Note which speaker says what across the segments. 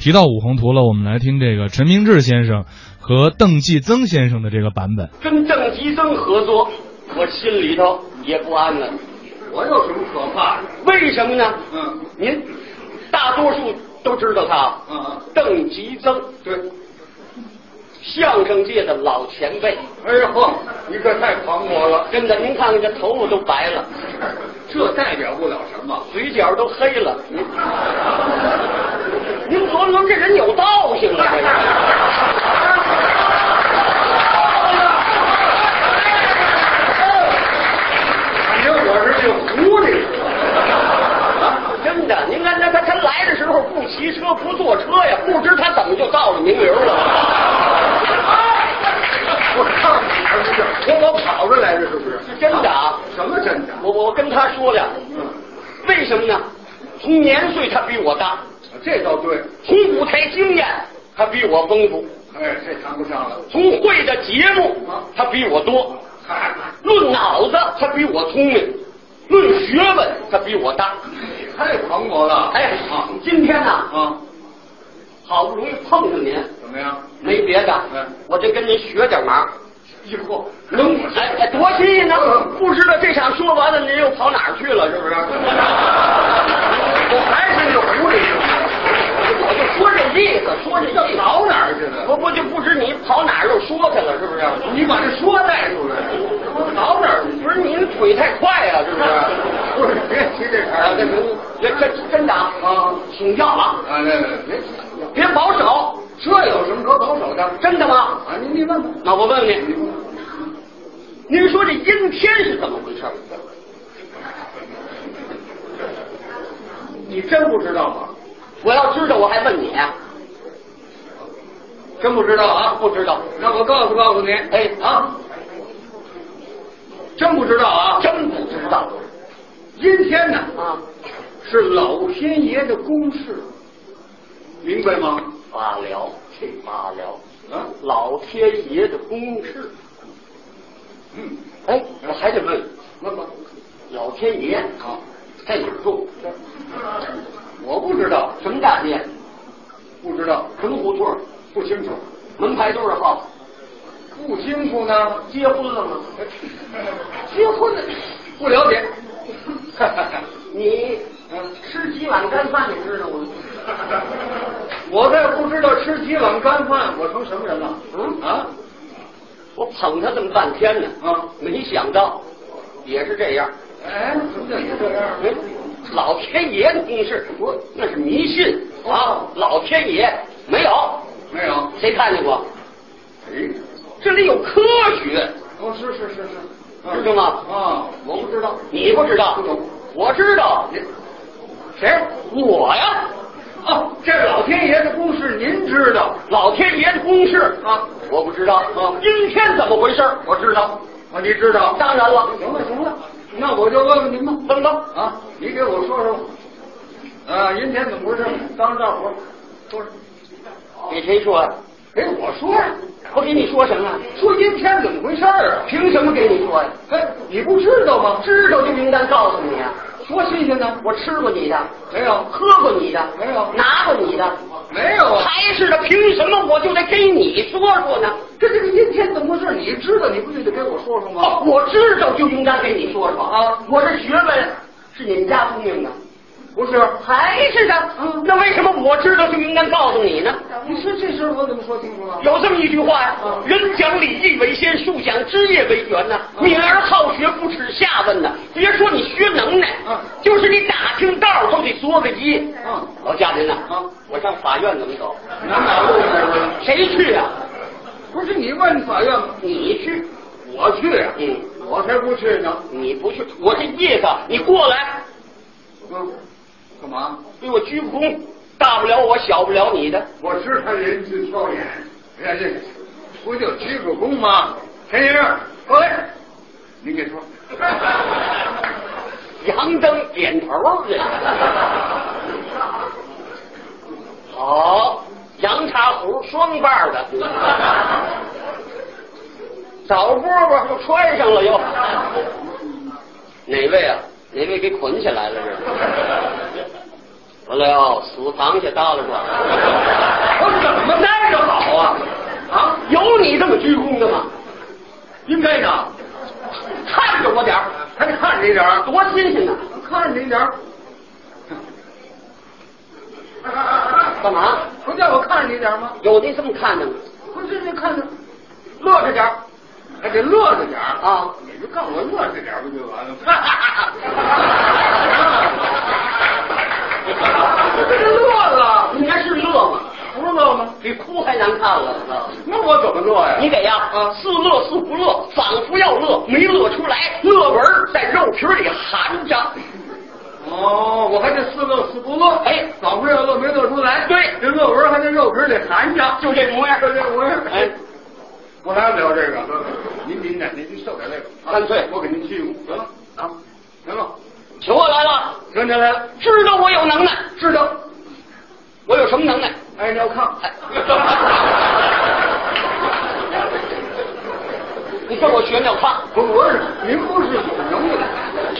Speaker 1: 提到五横图了，我们来听这个陈明志先生和邓继增先生的这个版本。
Speaker 2: 跟郑吉增合作，我心里头也不安呢。
Speaker 3: 我有什么可怕的？
Speaker 2: 为什么呢？
Speaker 3: 嗯
Speaker 2: 您大多数都知道他，
Speaker 3: 嗯
Speaker 2: 邓吉增，
Speaker 3: 对，
Speaker 2: 相声界的老前辈。
Speaker 3: 哎呦呵，你这太狂魔了，
Speaker 2: 真的，您看看这头发都白了，
Speaker 3: 这代表不了什么。
Speaker 2: 嘴角都黑了。您您琢磨琢磨，这人有道行啊！这人。
Speaker 3: 反正我是这狐狸。
Speaker 2: 真的，您看他他他来的时候不骑车不坐车呀，不知他怎么就到了名流了。
Speaker 3: 我告诉你，不是我我跑着来的，是不是？
Speaker 2: 是真的啊，
Speaker 3: 什么真的？嗯
Speaker 2: 我我跟他说了，为什么呢？从年岁他比我大，
Speaker 3: 这倒对。
Speaker 2: 从舞台经验他比我丰富，
Speaker 3: 哎，这谈不上了。
Speaker 2: 从会的节目他比我多，
Speaker 3: 嗨，
Speaker 2: 论脑子他比我聪明，论学问他比我大。
Speaker 3: 你太狂魔了。
Speaker 2: 哎
Speaker 3: 啊，
Speaker 2: 今天呢，
Speaker 3: 啊，
Speaker 2: 好不容易碰上您，
Speaker 3: 怎么样？
Speaker 2: 没别的
Speaker 3: 嗯，
Speaker 2: 我就跟您学点忙。
Speaker 3: 以后
Speaker 2: 能哎哎，多新鲜呢！不知道这场说完了，您又跑哪儿去了？是不是？
Speaker 3: 我还是那狐狸。
Speaker 2: 我就说这意思，说这意思
Speaker 3: 跑哪儿去了
Speaker 2: 我不就不知你跑哪儿又说去了，是不是？
Speaker 3: 你把这说带出来，我跑哪儿去？
Speaker 2: 不是您腿太快了，是不是？
Speaker 3: 不是，别提这茬
Speaker 2: 啊，
Speaker 3: 儿
Speaker 2: 这这
Speaker 3: 了。
Speaker 2: 这真的啊
Speaker 3: 啊，
Speaker 2: 请教啊，
Speaker 3: 啊，那那别提了，
Speaker 2: 别保守，
Speaker 3: 这有什么可保守的？
Speaker 2: 真的吗？
Speaker 3: 啊，您您问吧。
Speaker 2: 那我问问您，您说这阴天是怎么回事？
Speaker 3: 你真不知道吗？
Speaker 2: 我要知道，我还问你，
Speaker 3: 真不知道啊？
Speaker 2: 不知道。
Speaker 3: 那我告诉告诉你，
Speaker 2: 哎
Speaker 3: 啊，真不知道啊，
Speaker 2: 真不知道
Speaker 3: 阴天呢
Speaker 2: 啊！
Speaker 3: 是老天爷的公事，明白吗？
Speaker 2: 罢了，罢了，
Speaker 3: 啊，
Speaker 2: 老天爷的公事。
Speaker 3: 嗯，
Speaker 2: 哎，我还得问，
Speaker 3: 问吧。
Speaker 2: 老天爷
Speaker 3: 啊，
Speaker 2: 在哪儿住？
Speaker 3: 我不知道，
Speaker 2: 什么大街？
Speaker 3: 不知道，
Speaker 2: 什么胡同？
Speaker 3: 不清楚，
Speaker 2: 门牌多少号？
Speaker 3: 不清楚呢，
Speaker 2: 结婚了 吗？结婚了，
Speaker 3: 不了解。
Speaker 2: 你呃
Speaker 3: 嗯
Speaker 2: 吃几碗干饭，你知道吗？
Speaker 3: 我再不知道吃几碗干饭，我成什么人了？
Speaker 2: 嗯
Speaker 3: 啊
Speaker 2: 我捧他这么半天呢，
Speaker 3: 啊！
Speaker 2: 没想到也是这样。
Speaker 3: 哎，怎么叫你这样？
Speaker 2: 哎老天爷的公事，我那是迷信啊！老天爷没有，
Speaker 3: 没有。
Speaker 2: 谁看见过？
Speaker 3: 哎，
Speaker 2: 这里有科学，
Speaker 3: 哦，是是是是，
Speaker 2: 知道吗？
Speaker 3: 啊，我不知道。
Speaker 2: 你不知道
Speaker 3: 不懂，
Speaker 2: 我知道。谁？我呀！啊
Speaker 3: 哦，这老天爷的公事您知道
Speaker 2: 老天爷的公事
Speaker 3: 啊？
Speaker 2: 我不知道。
Speaker 3: 啊
Speaker 2: 阴天怎么回事？我知道。
Speaker 3: 啊，你知道？
Speaker 2: 当然了，
Speaker 3: 行了行了，那我就问问您吧。
Speaker 2: 怎么着？
Speaker 3: 啊，你给我说说吧。啊，阴天怎么回事？当着大伙儿说说。
Speaker 2: 给谁说呀？
Speaker 3: 给我说呀，
Speaker 2: 我给你说什么？
Speaker 3: 说阴天怎么回事儿啊？
Speaker 2: 凭什么给你说呀？
Speaker 3: 哎，你不知道吗？
Speaker 2: 知道就应当告诉你啊！
Speaker 3: 说新鲜的，
Speaker 2: 我吃过你的，
Speaker 3: 没有，
Speaker 2: 喝过你的，
Speaker 3: 没有
Speaker 2: 拿过你的，
Speaker 3: 没有啊。
Speaker 2: 还是的，凭什么我就得给你说说呢？
Speaker 3: 这这个阴天怎么回事？你知道，你不就得给我说说
Speaker 2: 哦，
Speaker 3: 吗？
Speaker 2: 我知道就应该给你说说
Speaker 3: 啊
Speaker 2: 我这学问是你们家聪明的，
Speaker 3: 不是，
Speaker 2: 还是的？
Speaker 3: 嗯
Speaker 2: 那为什么我知道就应该告诉你呢？
Speaker 3: 你说这事儿我怎么说清楚了？
Speaker 2: 有这么一句话呀、
Speaker 3: 嗯
Speaker 2: 人讲礼义为先，树讲枝叶为源呐、
Speaker 3: 嗯
Speaker 2: 敏而好学，不耻下问呐、别说你学能耐，
Speaker 3: 嗯
Speaker 2: 就是你打听道儿都得作个揖。
Speaker 3: 嗯
Speaker 2: 老家人呐、
Speaker 3: 嗯
Speaker 2: 我上法院怎么走？
Speaker 3: 拿马路去
Speaker 2: 谁去啊？
Speaker 3: 不是你问法院吗？
Speaker 2: 你去，
Speaker 3: 我去呀
Speaker 2: 嗯，
Speaker 3: 我才不去呢。
Speaker 2: 你不去，我这意思，你过来
Speaker 3: 嗯，干嘛？
Speaker 2: 对我鞠躬，大不了我，小不了你的。
Speaker 3: 我知道人去挑眼，哎，这不就鞠个躬吗？陈先生，过来，您给说。
Speaker 2: 杨登点头啊儿去。好，洋茶壶双把儿的，找饽饽又穿上了又。哪位啊？哪位给捆起来了这？完了哟，死螃蟹到了这。啊
Speaker 3: 啊
Speaker 2: 多新鲜呐！
Speaker 3: 看着一点儿。
Speaker 2: 干嘛？
Speaker 3: 不叫我看着你点儿吗？
Speaker 2: 有的这么看的吗？
Speaker 3: 不是，你看着，乐着点儿，还得乐着点儿啊！
Speaker 2: 啊，
Speaker 3: 你就告诉我乐着点儿不就完了吗？
Speaker 2: 这是乐了，你还是乐吗？
Speaker 3: 不乐吗？
Speaker 2: 比哭还难看了。
Speaker 3: 那我怎么乐呀？
Speaker 2: 你给呀，
Speaker 3: 啊
Speaker 2: 似乐似不乐，仿佛要乐，没乐出来，乐纹儿在肉皮里含着。
Speaker 3: 哦，我还得似乐似不乐，
Speaker 2: 哎
Speaker 3: 老不热乐没乐出来，
Speaker 2: 对
Speaker 3: 这乐纹还在肉皮里含着，
Speaker 2: 就这模样
Speaker 3: 就这模样。
Speaker 2: 哎，
Speaker 3: 我还要聊这个，您您呢？您您受点这个，
Speaker 2: 干脆
Speaker 3: 我给您去用，行了啊，行了，
Speaker 2: 求我来了，
Speaker 3: 听见来了，
Speaker 2: 知道我有能耐，
Speaker 3: 知道，
Speaker 2: 我有什么能耐？
Speaker 3: 爱尿炕，
Speaker 2: 哎 你说我学尿炕，
Speaker 3: 不不是，您不是有能耐，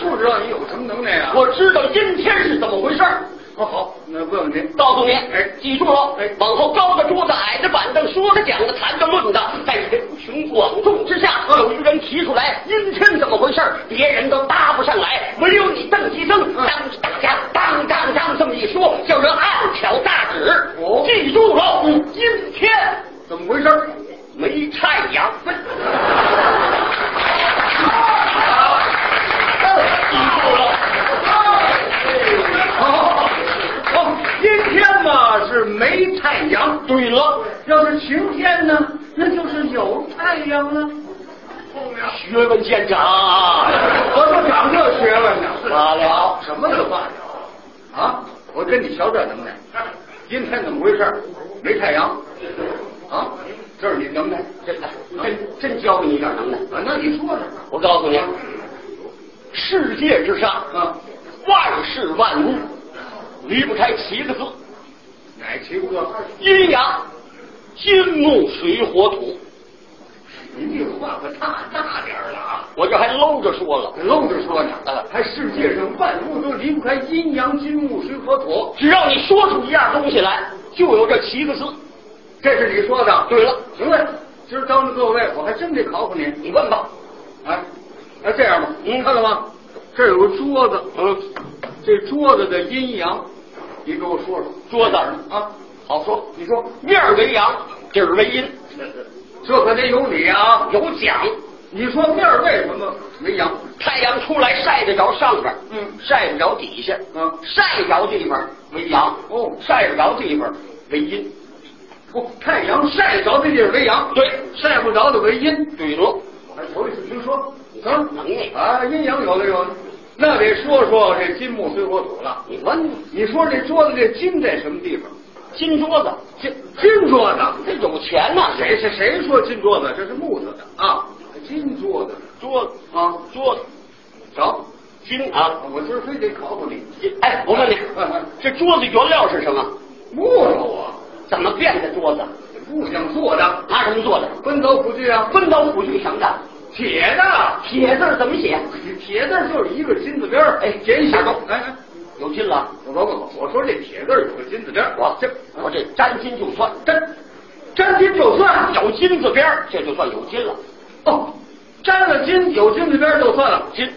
Speaker 3: 不知道你有什么能耐啊？
Speaker 2: 我知道阴天是怎么回事儿。
Speaker 3: 我好，那问问您，
Speaker 2: 告诉你
Speaker 3: 哎，
Speaker 2: 记住了
Speaker 3: 哎，
Speaker 2: 往后高的桌子、矮的板凳，说的、讲的、谈的、论的，在人群广众之下，有一个人提出来阴天怎么回事儿，别人都搭不上来，唯有你邓其增
Speaker 3: 嗯
Speaker 2: 当着大家当当当这么一说，叫人暗挑大指。
Speaker 3: 哦
Speaker 2: 记住了，阴天
Speaker 3: 怎么回事儿？
Speaker 2: 没太阳。记住了，
Speaker 3: 哦，哦，阴天嘛是没太阳，
Speaker 2: 对了，
Speaker 3: 要是晴天呢，那就是有太阳了。
Speaker 2: 学问见长啊，
Speaker 3: 我说长这学问呢，
Speaker 2: 罢了。
Speaker 3: 什么都罢了啊！我跟你瞧这能耐，今天怎么回事儿？没太阳啊？这是你能耐
Speaker 2: 真的，真真教给你点能耐。
Speaker 3: 啊？那你说说
Speaker 2: 我告诉你，世界之上，
Speaker 3: 啊？
Speaker 2: 万事万物离不开七个字：
Speaker 3: 哪七哥？
Speaker 2: 阴阳、金木水火土。
Speaker 3: 您这话可大大点儿了啊！
Speaker 2: 我这还搂着说了，
Speaker 3: 愣着说呢
Speaker 2: 啊，
Speaker 3: 还世界上万物都离不开阴阳金木水火土，
Speaker 2: 只要你说出一样东西来，就有这七个字。
Speaker 3: 这是你说的。
Speaker 2: 对了，
Speaker 3: 行了，今儿当着各位，我还真得考考你。
Speaker 2: 你问吧。
Speaker 3: 哎，那这样吧，您
Speaker 2: 嗯
Speaker 3: 看了吗？这儿有个桌子，
Speaker 2: 嗯，
Speaker 3: 这桌子的阴阳，你给我说说
Speaker 2: 桌子儿
Speaker 3: 啊。
Speaker 2: 好说，
Speaker 3: 你说，
Speaker 2: 面儿为阳，底儿为阴，
Speaker 3: 这可得有理啊！
Speaker 2: 有讲。
Speaker 3: 你说面儿为什么没阳？
Speaker 2: 太阳出来晒得着上边儿，
Speaker 3: 嗯
Speaker 2: 晒不着底下，
Speaker 3: 嗯
Speaker 2: 晒着地方为阳，
Speaker 3: 哦
Speaker 2: 晒不着地方为阴。
Speaker 3: 不，太阳晒着的地儿为阳，
Speaker 2: 对
Speaker 3: 晒不着的为阴。
Speaker 2: 对了，
Speaker 3: 我还头一次听说。
Speaker 2: 能
Speaker 3: 行
Speaker 2: 能耐，
Speaker 3: 啊，阴阳有的有的，那得说说这金木水火土了。
Speaker 2: 你问吧
Speaker 3: 你说这桌子这金在什么地方？
Speaker 2: 金桌子，
Speaker 3: 金金桌子，
Speaker 2: 这有钱呐、
Speaker 3: 谁谁谁说金桌子？这是木头的啊，金桌子
Speaker 2: 桌子
Speaker 3: 啊，
Speaker 2: 桌子
Speaker 3: 着。
Speaker 2: 金啊，
Speaker 3: 我今儿非得考考你，
Speaker 2: 金哎，我问你
Speaker 3: 嗯嗯，
Speaker 2: 这桌子原料是什么？
Speaker 3: 木头啊，
Speaker 2: 怎么变的桌子？
Speaker 3: 木匠做的，
Speaker 2: 拿什么做的？
Speaker 3: 奔走不惧啊，
Speaker 2: 分刀斧锯什么的？
Speaker 3: 铁的，
Speaker 2: 铁字怎么写？
Speaker 3: 铁字就是一个金字边儿，
Speaker 2: 哎
Speaker 3: 剪一下高，哎哎，
Speaker 2: 有金了，
Speaker 3: 我我我我说这铁字有个金字边儿，
Speaker 2: 我这我这沾金就算
Speaker 3: 粘粘金就算
Speaker 2: 有金字边儿，这就算有金了。
Speaker 3: 哦，粘了金有金字边儿就算了，
Speaker 2: 金，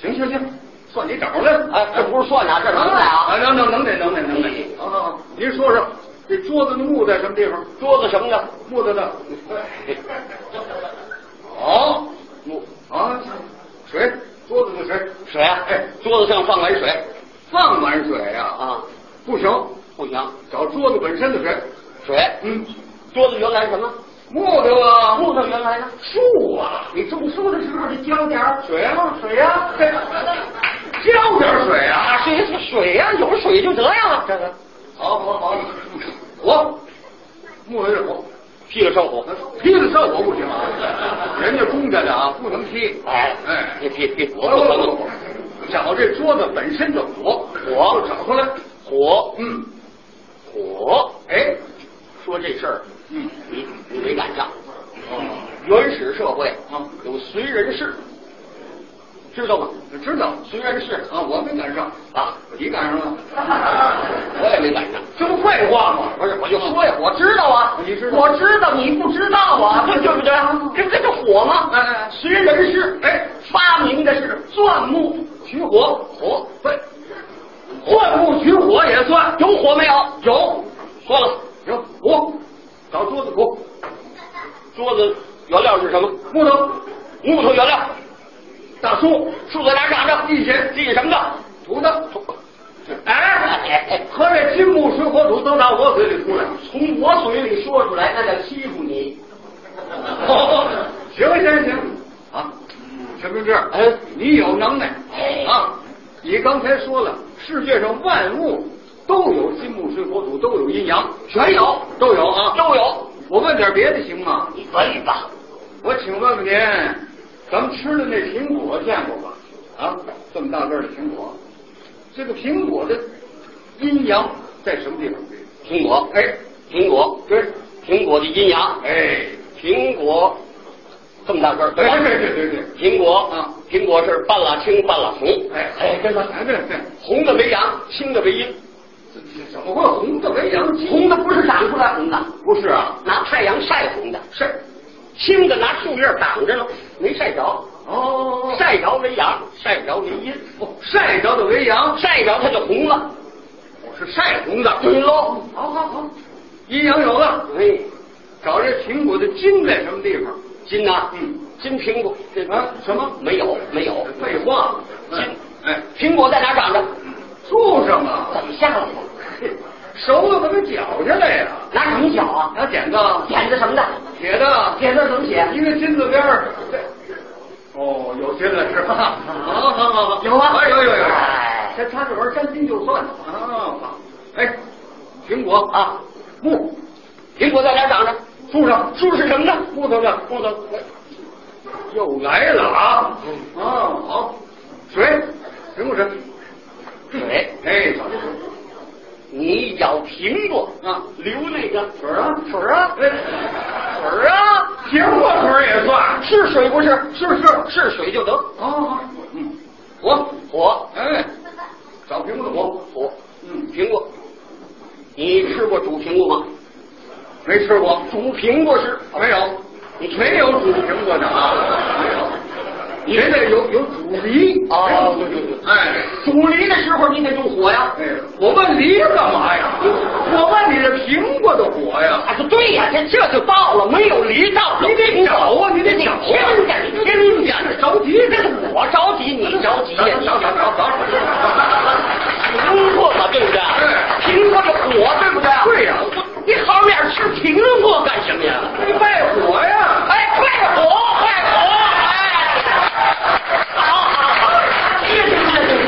Speaker 3: 行行行，算你找来，
Speaker 2: 哎，这不是算啊，这是能耐啊。
Speaker 3: 能能能耐能耐能耐，好好好，您说说这桌子的木在什么地方？
Speaker 2: 桌子什么的？
Speaker 3: 木头的，好
Speaker 2: 木
Speaker 3: 啊，水桌子的水。
Speaker 2: 水啊，
Speaker 3: 哎
Speaker 2: 桌子上放碗水
Speaker 3: 放碗水呀、啊，
Speaker 2: 啊，
Speaker 3: 不行，
Speaker 2: 不行，
Speaker 3: 找桌子本身的水。
Speaker 2: 水。
Speaker 3: 嗯，
Speaker 2: 桌子原来是什么？
Speaker 3: 木头啊，
Speaker 2: 木头原来呢？
Speaker 3: 树啊，
Speaker 2: 你种树的时候得浇点儿
Speaker 3: 水啊，水呀、啊，浇点水啊。
Speaker 2: 啊，水水呀、有水就得呀。这个
Speaker 3: 好好好，火，木头是火，
Speaker 2: 劈了生火，
Speaker 3: 劈了这我不行，人家公家的啊，不能劈。
Speaker 2: 哎
Speaker 3: 哎
Speaker 2: 你劈劈
Speaker 3: 我
Speaker 2: 火
Speaker 3: 我
Speaker 2: 了
Speaker 3: 我，找这桌子本身的火，
Speaker 2: 火
Speaker 3: 就找出来。
Speaker 2: 火
Speaker 3: 嗯，
Speaker 2: 火。
Speaker 3: 哎，
Speaker 2: 说这事儿，
Speaker 3: 嗯，
Speaker 2: 你你没赶上。
Speaker 3: 哦，
Speaker 2: 原始社会
Speaker 3: 嗯
Speaker 2: 有燧人氏，知道吗？
Speaker 3: 知道
Speaker 2: 燧人氏
Speaker 3: 啊，我没赶上，
Speaker 2: 啊，
Speaker 3: 你赶上了。
Speaker 2: 我也没赶上。
Speaker 3: 这不废话吗？
Speaker 2: 不是，我就说呀，我知道啊，
Speaker 3: 你知道
Speaker 2: 我知道，你不知道 啊，对不对？这这这火吗？
Speaker 3: 哎哎哎
Speaker 2: 燧人氏，
Speaker 3: 哎，
Speaker 2: 发明的是钻木，取火，
Speaker 3: 火不是
Speaker 2: 换物取火也算。有火没有？有。说了，
Speaker 3: 行，火，找桌子火，
Speaker 2: 桌子原料是什么？
Speaker 3: 木头，
Speaker 2: 木头原料，
Speaker 3: 大树，
Speaker 2: 树在哪儿长着？
Speaker 3: 地下
Speaker 2: 地什么的？
Speaker 3: 土的，
Speaker 2: 哎，
Speaker 3: 合着金木水火土都打我嘴里出来了。
Speaker 2: 从我嘴里说出来，那叫欺负你。
Speaker 3: 行行行，啊，陈明志，
Speaker 2: 哎
Speaker 3: 你有能耐
Speaker 2: 哎
Speaker 3: 啊！你刚才说了，世界上万物都有金木水火土，都有阴阳，
Speaker 2: 全有
Speaker 3: 都有啊。
Speaker 2: 都有，
Speaker 3: 我问点别的行吗？
Speaker 2: 你可以吧？
Speaker 3: 我请问问您，咱们吃的那苹果见过吧？啊，这么大个儿的苹果，这个苹果的阴阳在什么地方？
Speaker 2: 苹果，
Speaker 3: 哎，
Speaker 2: 苹果，
Speaker 3: 对，
Speaker 2: 苹果的阴阳，
Speaker 3: 哎，
Speaker 2: 苹果这么大个儿，
Speaker 3: 对
Speaker 2: 吧？
Speaker 3: 哎对对对对，
Speaker 2: 苹果
Speaker 3: 啊，
Speaker 2: 苹果是半拉青半拉红，
Speaker 3: 哎
Speaker 2: 哎，对吧？
Speaker 3: 哎对对。
Speaker 2: 红的为阳，青的为阴，
Speaker 3: 怎么会红的为阳鸡？
Speaker 2: 红的不是长出来红的，
Speaker 3: 不是啊，
Speaker 2: 拿太阳晒红的，
Speaker 3: 是
Speaker 2: 青的拿树叶挡着了，没晒着，
Speaker 3: 哦晒
Speaker 2: 晒着为阳，晒不着为阴，
Speaker 3: 晒着的为阳，
Speaker 2: 晒着它就红了，
Speaker 3: 是晒红的。
Speaker 2: 对喽，
Speaker 3: 好好好，阴阳有了，
Speaker 2: 哎，
Speaker 3: 找这苹果的茎在什么地方？
Speaker 2: 金呐，
Speaker 3: 嗯，
Speaker 2: 金苹果，这
Speaker 3: 啊什么
Speaker 2: 没有没有，
Speaker 3: 废话，嗯
Speaker 2: 金，
Speaker 3: 哎，
Speaker 2: 苹果在哪长着？
Speaker 3: 树上啊，
Speaker 2: 怎么下来的？
Speaker 3: 熟了怎么绞下来呀？
Speaker 2: 拿什么绞啊？
Speaker 3: 拿剪子，
Speaker 2: 剪子什么的？
Speaker 3: 铁的，
Speaker 2: 剪字怎么写？
Speaker 3: 一个金字边儿。哦，有金了是吧？好好好好，
Speaker 2: 有啊
Speaker 3: 嗯哎有有有。
Speaker 2: 哎
Speaker 3: 这他这玩意儿沾金就算了啊！哎，苹果
Speaker 2: 啊，
Speaker 3: 木
Speaker 2: 苹果在哪长着？
Speaker 3: 树上
Speaker 2: 树是什么呢？
Speaker 3: 木头上
Speaker 2: 木头。
Speaker 3: 又来了啊！啊，好，水苹果水，
Speaker 2: 水，
Speaker 3: 哎，
Speaker 2: 你咬苹果
Speaker 3: 啊
Speaker 2: 流那个
Speaker 3: 水啊
Speaker 2: 水儿啊，
Speaker 3: 哎
Speaker 2: 水儿啊，
Speaker 3: 苹果水也算
Speaker 2: 是水不是？
Speaker 3: 是是
Speaker 2: 是水就得。
Speaker 3: 哦，嗯，
Speaker 2: 火火
Speaker 3: 哎，找苹果的果，
Speaker 2: 火，
Speaker 3: 嗯，
Speaker 2: 苹果，你吃过煮苹果吗？
Speaker 3: 没吃过，
Speaker 2: 煮苹果是啊
Speaker 3: 没有，
Speaker 2: 你
Speaker 3: 没有煮苹果的啊，没有，你这个有有煮梨
Speaker 2: 哦对对对
Speaker 3: 哎。
Speaker 2: 煮梨的时候你得用火呀。
Speaker 3: 哎，我问梨干嘛呀？我问你这苹果的果呀？
Speaker 2: 啊，对呀，这这就到了，没有梨到了。
Speaker 3: 你得找啊，你得找啊！
Speaker 2: 听着，你听着，
Speaker 3: 着急
Speaker 2: 这个我着急，你着急呀，你着急。苹果嘛，对不对？
Speaker 3: 哎
Speaker 2: 苹果是火，对不对？
Speaker 3: 对呀
Speaker 2: 你好面吃苹果干什么呀？
Speaker 3: 你拜哎火呀！
Speaker 2: 哎，快火，快火！哎，好好好，谢谢谢谢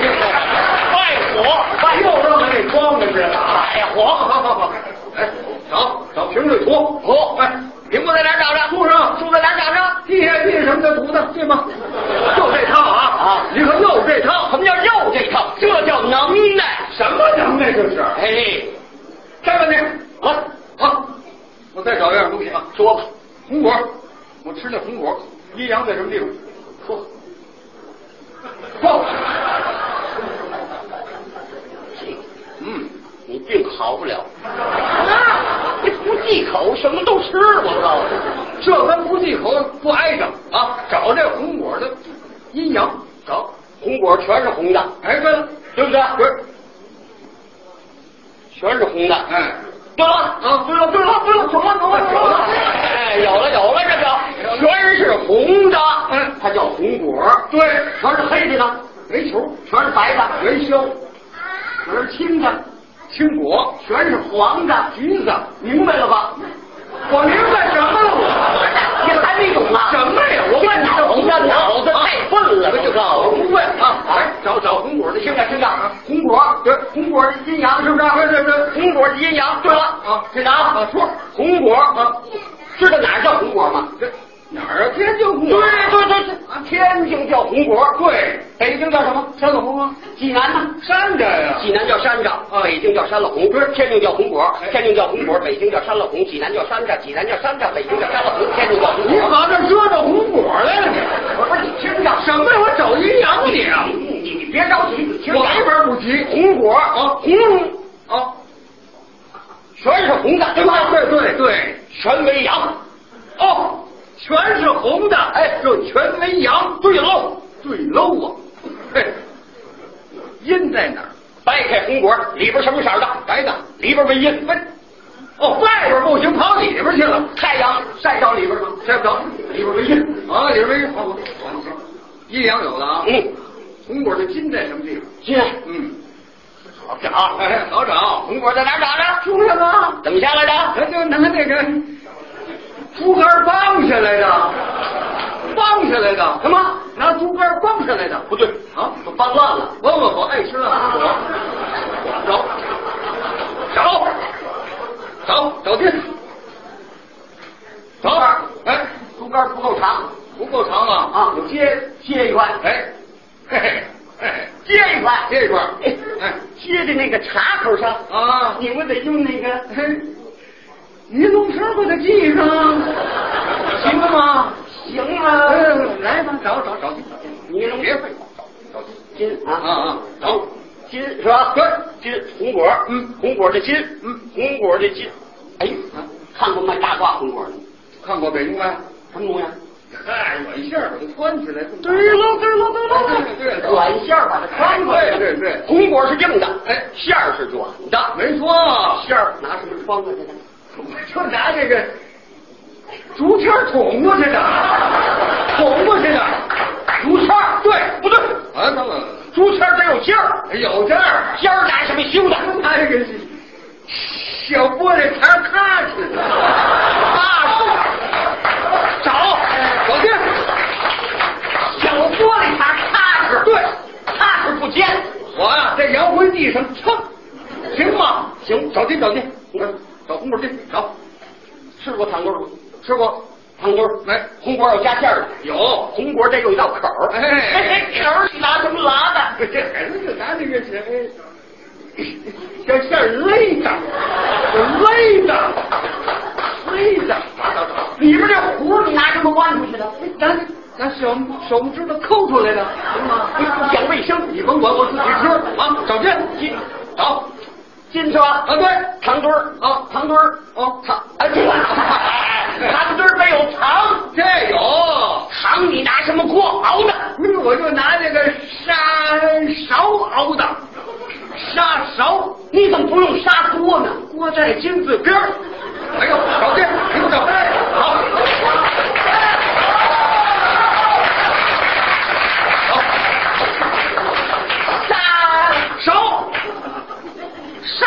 Speaker 2: 谢谢，快火，快
Speaker 3: 又让他给装进去了啊！
Speaker 2: 快火！
Speaker 3: 好好好，哎，找找瓶水土
Speaker 2: 土
Speaker 3: 哎，
Speaker 2: 苹果在哪儿长着？
Speaker 3: 树上
Speaker 2: 树在哪儿长着？
Speaker 3: 地下地什么的土的，对吗？就这套啊
Speaker 2: 啊
Speaker 3: 你可又这套，
Speaker 2: 什么叫肉这一套？这叫能耐。
Speaker 3: 什么能耐这是？
Speaker 2: 哎，
Speaker 3: 再问你，
Speaker 2: 我
Speaker 3: 好，我再找一样东西啊。
Speaker 2: 说吧，
Speaker 3: 红果，我吃那红果，阴阳在什么地方？说，说， 嗯，
Speaker 2: 你病好不了。啊，你不忌口，什么都吃，我告诉你。
Speaker 3: 这跟不忌口不挨着啊，找这红果的阴阳找。
Speaker 2: 红果全是红的，
Speaker 3: 哎，对了，
Speaker 2: 对不对？
Speaker 3: 不是，
Speaker 2: 全是红的。
Speaker 3: 哎，
Speaker 2: 嗯对了，啊，对了，对了，对了，走了，走了，走了。哎，有了，有了，这个全是红的，
Speaker 3: 嗯
Speaker 2: 它叫红果。
Speaker 3: 对，
Speaker 2: 全是黑的呢，
Speaker 3: 煤球、
Speaker 2: 全是白的，
Speaker 3: 元宵、
Speaker 2: 全是青的，
Speaker 3: 青果、
Speaker 2: 全是黄的，
Speaker 3: 橘子，
Speaker 2: 明白了吧？
Speaker 3: 我明白什么了？我
Speaker 2: 你还没懂啊？
Speaker 3: 什么呀？我问你这
Speaker 2: 你这脑子太笨了，
Speaker 3: 就
Speaker 2: 我
Speaker 3: 告
Speaker 2: 告
Speaker 3: 我
Speaker 2: 诉
Speaker 3: 不
Speaker 2: 你。
Speaker 3: 问啊！来找找红果的
Speaker 2: 听着听着，
Speaker 3: 红果，对，
Speaker 2: 红果是阴阳，是不是？
Speaker 3: 对对对
Speaker 2: 红果是阴阳。对了，
Speaker 3: 啊
Speaker 2: 这个啊，
Speaker 3: 说
Speaker 2: 红果啊，知道哪儿叫红果吗？
Speaker 3: 这哪儿啊？天就红
Speaker 2: 对对对对，啊天津叫红果，
Speaker 3: 对，
Speaker 2: 北京叫什么？
Speaker 3: 山红啊，
Speaker 2: 济南呢？
Speaker 3: 山啊楂呀、
Speaker 2: 济南叫山楂，北京叫山了红，天津叫红果，
Speaker 3: 哎
Speaker 2: 天津叫红果，北京叫山了红，济南叫山楂，济南叫山楂，北京叫山了红，天津叫红
Speaker 3: 你
Speaker 2: 果。啊
Speaker 3: 跑这折着红果来了你？
Speaker 2: 我说你听着，
Speaker 3: 什么呀？我找阴阳你啊！
Speaker 2: 你你你别着急，你听着
Speaker 3: 我哦没法不急。
Speaker 2: 红果啊，红
Speaker 3: 啊，
Speaker 2: 全是红的，对吧？
Speaker 3: 对对对，
Speaker 2: 全为阳。
Speaker 3: 哦，全是红的，哎，这全为阳，对喽，对喽啊！嘿，阴在哪儿？
Speaker 2: 掰开红果，里边什么色儿的？
Speaker 3: 白的，
Speaker 2: 里边为阴，
Speaker 3: 哎，哦，外边不行，跑里边去了，
Speaker 2: 太阳晒到里边吗？
Speaker 3: 这不着，里边为阴啊，里边为阴，好，我我行，阴阳有了啊。
Speaker 2: 嗯，
Speaker 3: 红果的金在什么地方？
Speaker 2: 金
Speaker 3: 嗯，
Speaker 2: 好找，
Speaker 3: 哎，好找。
Speaker 2: 红果在哪儿找的？
Speaker 3: 树上啊，
Speaker 2: 怎么下来的？
Speaker 3: 那就拿那个竹竿棒下来的，棒下来的
Speaker 2: 什么？
Speaker 3: 拿竹竿棒下来的，
Speaker 2: 不对，
Speaker 3: 啊，
Speaker 2: 都搬乱了。
Speaker 3: 我我我爱吃啊，我
Speaker 2: 找，
Speaker 3: 找找找地，
Speaker 2: 找哪儿？
Speaker 3: 哎，
Speaker 2: 竹竿不够长
Speaker 3: 不够长啊
Speaker 2: 啊，我接接一块，
Speaker 3: 哎，嘿嘿嘿，
Speaker 2: 接一块，
Speaker 3: 这一块儿，哎
Speaker 2: 哎，接在那个茶口上，
Speaker 3: 啊，
Speaker 2: 你们得用那个
Speaker 3: 嘿，你弄车把它系上，行了吗？
Speaker 2: 行吗？
Speaker 3: 嗯，来吧，找找找地，
Speaker 2: 你能
Speaker 3: 别废话，找找地
Speaker 2: 金
Speaker 3: 啊
Speaker 2: 啊，
Speaker 3: 啊，找。
Speaker 2: 金是吧？
Speaker 3: 对，
Speaker 2: 金红果，
Speaker 3: 嗯
Speaker 2: 红果的金，
Speaker 3: 嗯，
Speaker 2: 红果的金。哎，看过卖大褂红果的吗
Speaker 3: 看过北京湾？
Speaker 2: 什么模样？
Speaker 3: 嗨，我一下把它穿起来。
Speaker 2: 嘚儿喽嘚儿喽嘚儿喽嘚儿，
Speaker 3: 哎对对对
Speaker 2: 软馅儿把它穿过来。
Speaker 3: 对对对
Speaker 2: 红果是硬的，
Speaker 3: 哎
Speaker 2: 馅儿是软的。
Speaker 3: 没错，
Speaker 2: 馅儿拿什么
Speaker 3: 啊
Speaker 2: 穿过去的？
Speaker 3: 我就拿这个竹签捅过去 的，捅过去的。
Speaker 2: 竹签儿，对不对？
Speaker 3: 啊，那么
Speaker 2: 竹签儿得有尖儿，
Speaker 3: 哎有这儿，
Speaker 2: 尖儿拿什么修的？
Speaker 3: 拿这个小玻璃碴踏实的，
Speaker 2: 大树，找
Speaker 3: 走进。
Speaker 2: 小玻璃碴踏实，
Speaker 3: 对，
Speaker 2: 踏实不尖。
Speaker 3: 我啊在洋灰地上蹭，行吗？行，找地找地，找红果地找，
Speaker 2: 吃过糖葫芦，
Speaker 3: 吃过
Speaker 2: 糖葫芦
Speaker 3: 没？
Speaker 2: 红果有加馅儿的，
Speaker 3: 有。
Speaker 2: 红果得有一道口儿，
Speaker 3: 哎
Speaker 2: 嘿口儿你拿什么拉的？
Speaker 3: 这孩子就拿那个哎谁， 像像勒的，勒的，勒的，马导长，
Speaker 2: 里边这葫芦你拿什么弯出去的？
Speaker 3: 咱咱手手指头抠出来的，行
Speaker 2: 不不
Speaker 3: 吗？
Speaker 2: 讲卫生，
Speaker 3: 你甭管，我自己吃啊，找去，去找
Speaker 2: 进是吧？
Speaker 3: 啊，对，
Speaker 2: 糖墩儿，
Speaker 3: 啊，
Speaker 2: 糖墩儿，
Speaker 3: 哦，
Speaker 2: 糖，哎，对了， 糖墩儿没有糖，
Speaker 3: 这有，嗯
Speaker 2: 糖你拿什么锅熬的？
Speaker 3: 我就拿那个沙勺熬的，沙勺。
Speaker 2: 你怎么不用砂锅呢？
Speaker 3: 锅在金字边儿。哎呦，小弟，你们等
Speaker 2: 哎
Speaker 3: 待，好。哎
Speaker 2: 砂勺，砂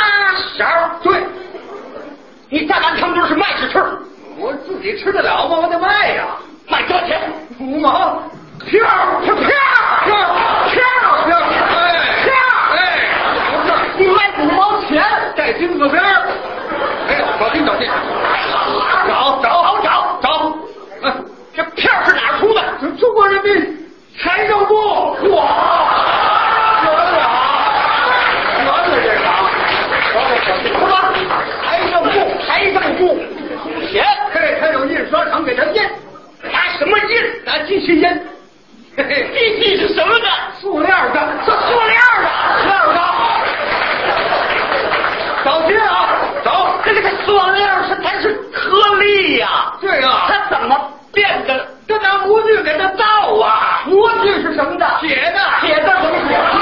Speaker 2: 勺，
Speaker 3: 对，
Speaker 2: 你再把糖墩儿是卖着吃，
Speaker 3: 我自己吃得了吗？我得卖呀、
Speaker 2: 卖多少钱？
Speaker 3: 五毛，票儿票儿票儿票儿票儿，哎票儿哎，不是
Speaker 2: 你卖五毛钱，
Speaker 3: 在金字边儿。哎，小心小心，找找好找找，嗯，
Speaker 2: 这票是哪儿出的？
Speaker 3: 这中国人民财政部，哇，有了啊，有了这个啊。
Speaker 2: 什么？财政部，财政部出钱，
Speaker 3: 嘿，他有印刷厂给他印，
Speaker 2: 拿什么印？
Speaker 3: 拿机器印，嘿嘿，
Speaker 2: 这印是什么的？
Speaker 3: 塑料的，
Speaker 2: 是塑料的，
Speaker 3: 塑料的，找劲啊，找，
Speaker 2: 这这个塑料是它是颗粒呀、
Speaker 3: 对啊，
Speaker 2: 它怎么变的？
Speaker 3: 这拿模具给他造啊，
Speaker 2: 模具是什么的？
Speaker 3: 铁的，哎
Speaker 2: 铁的什么铁？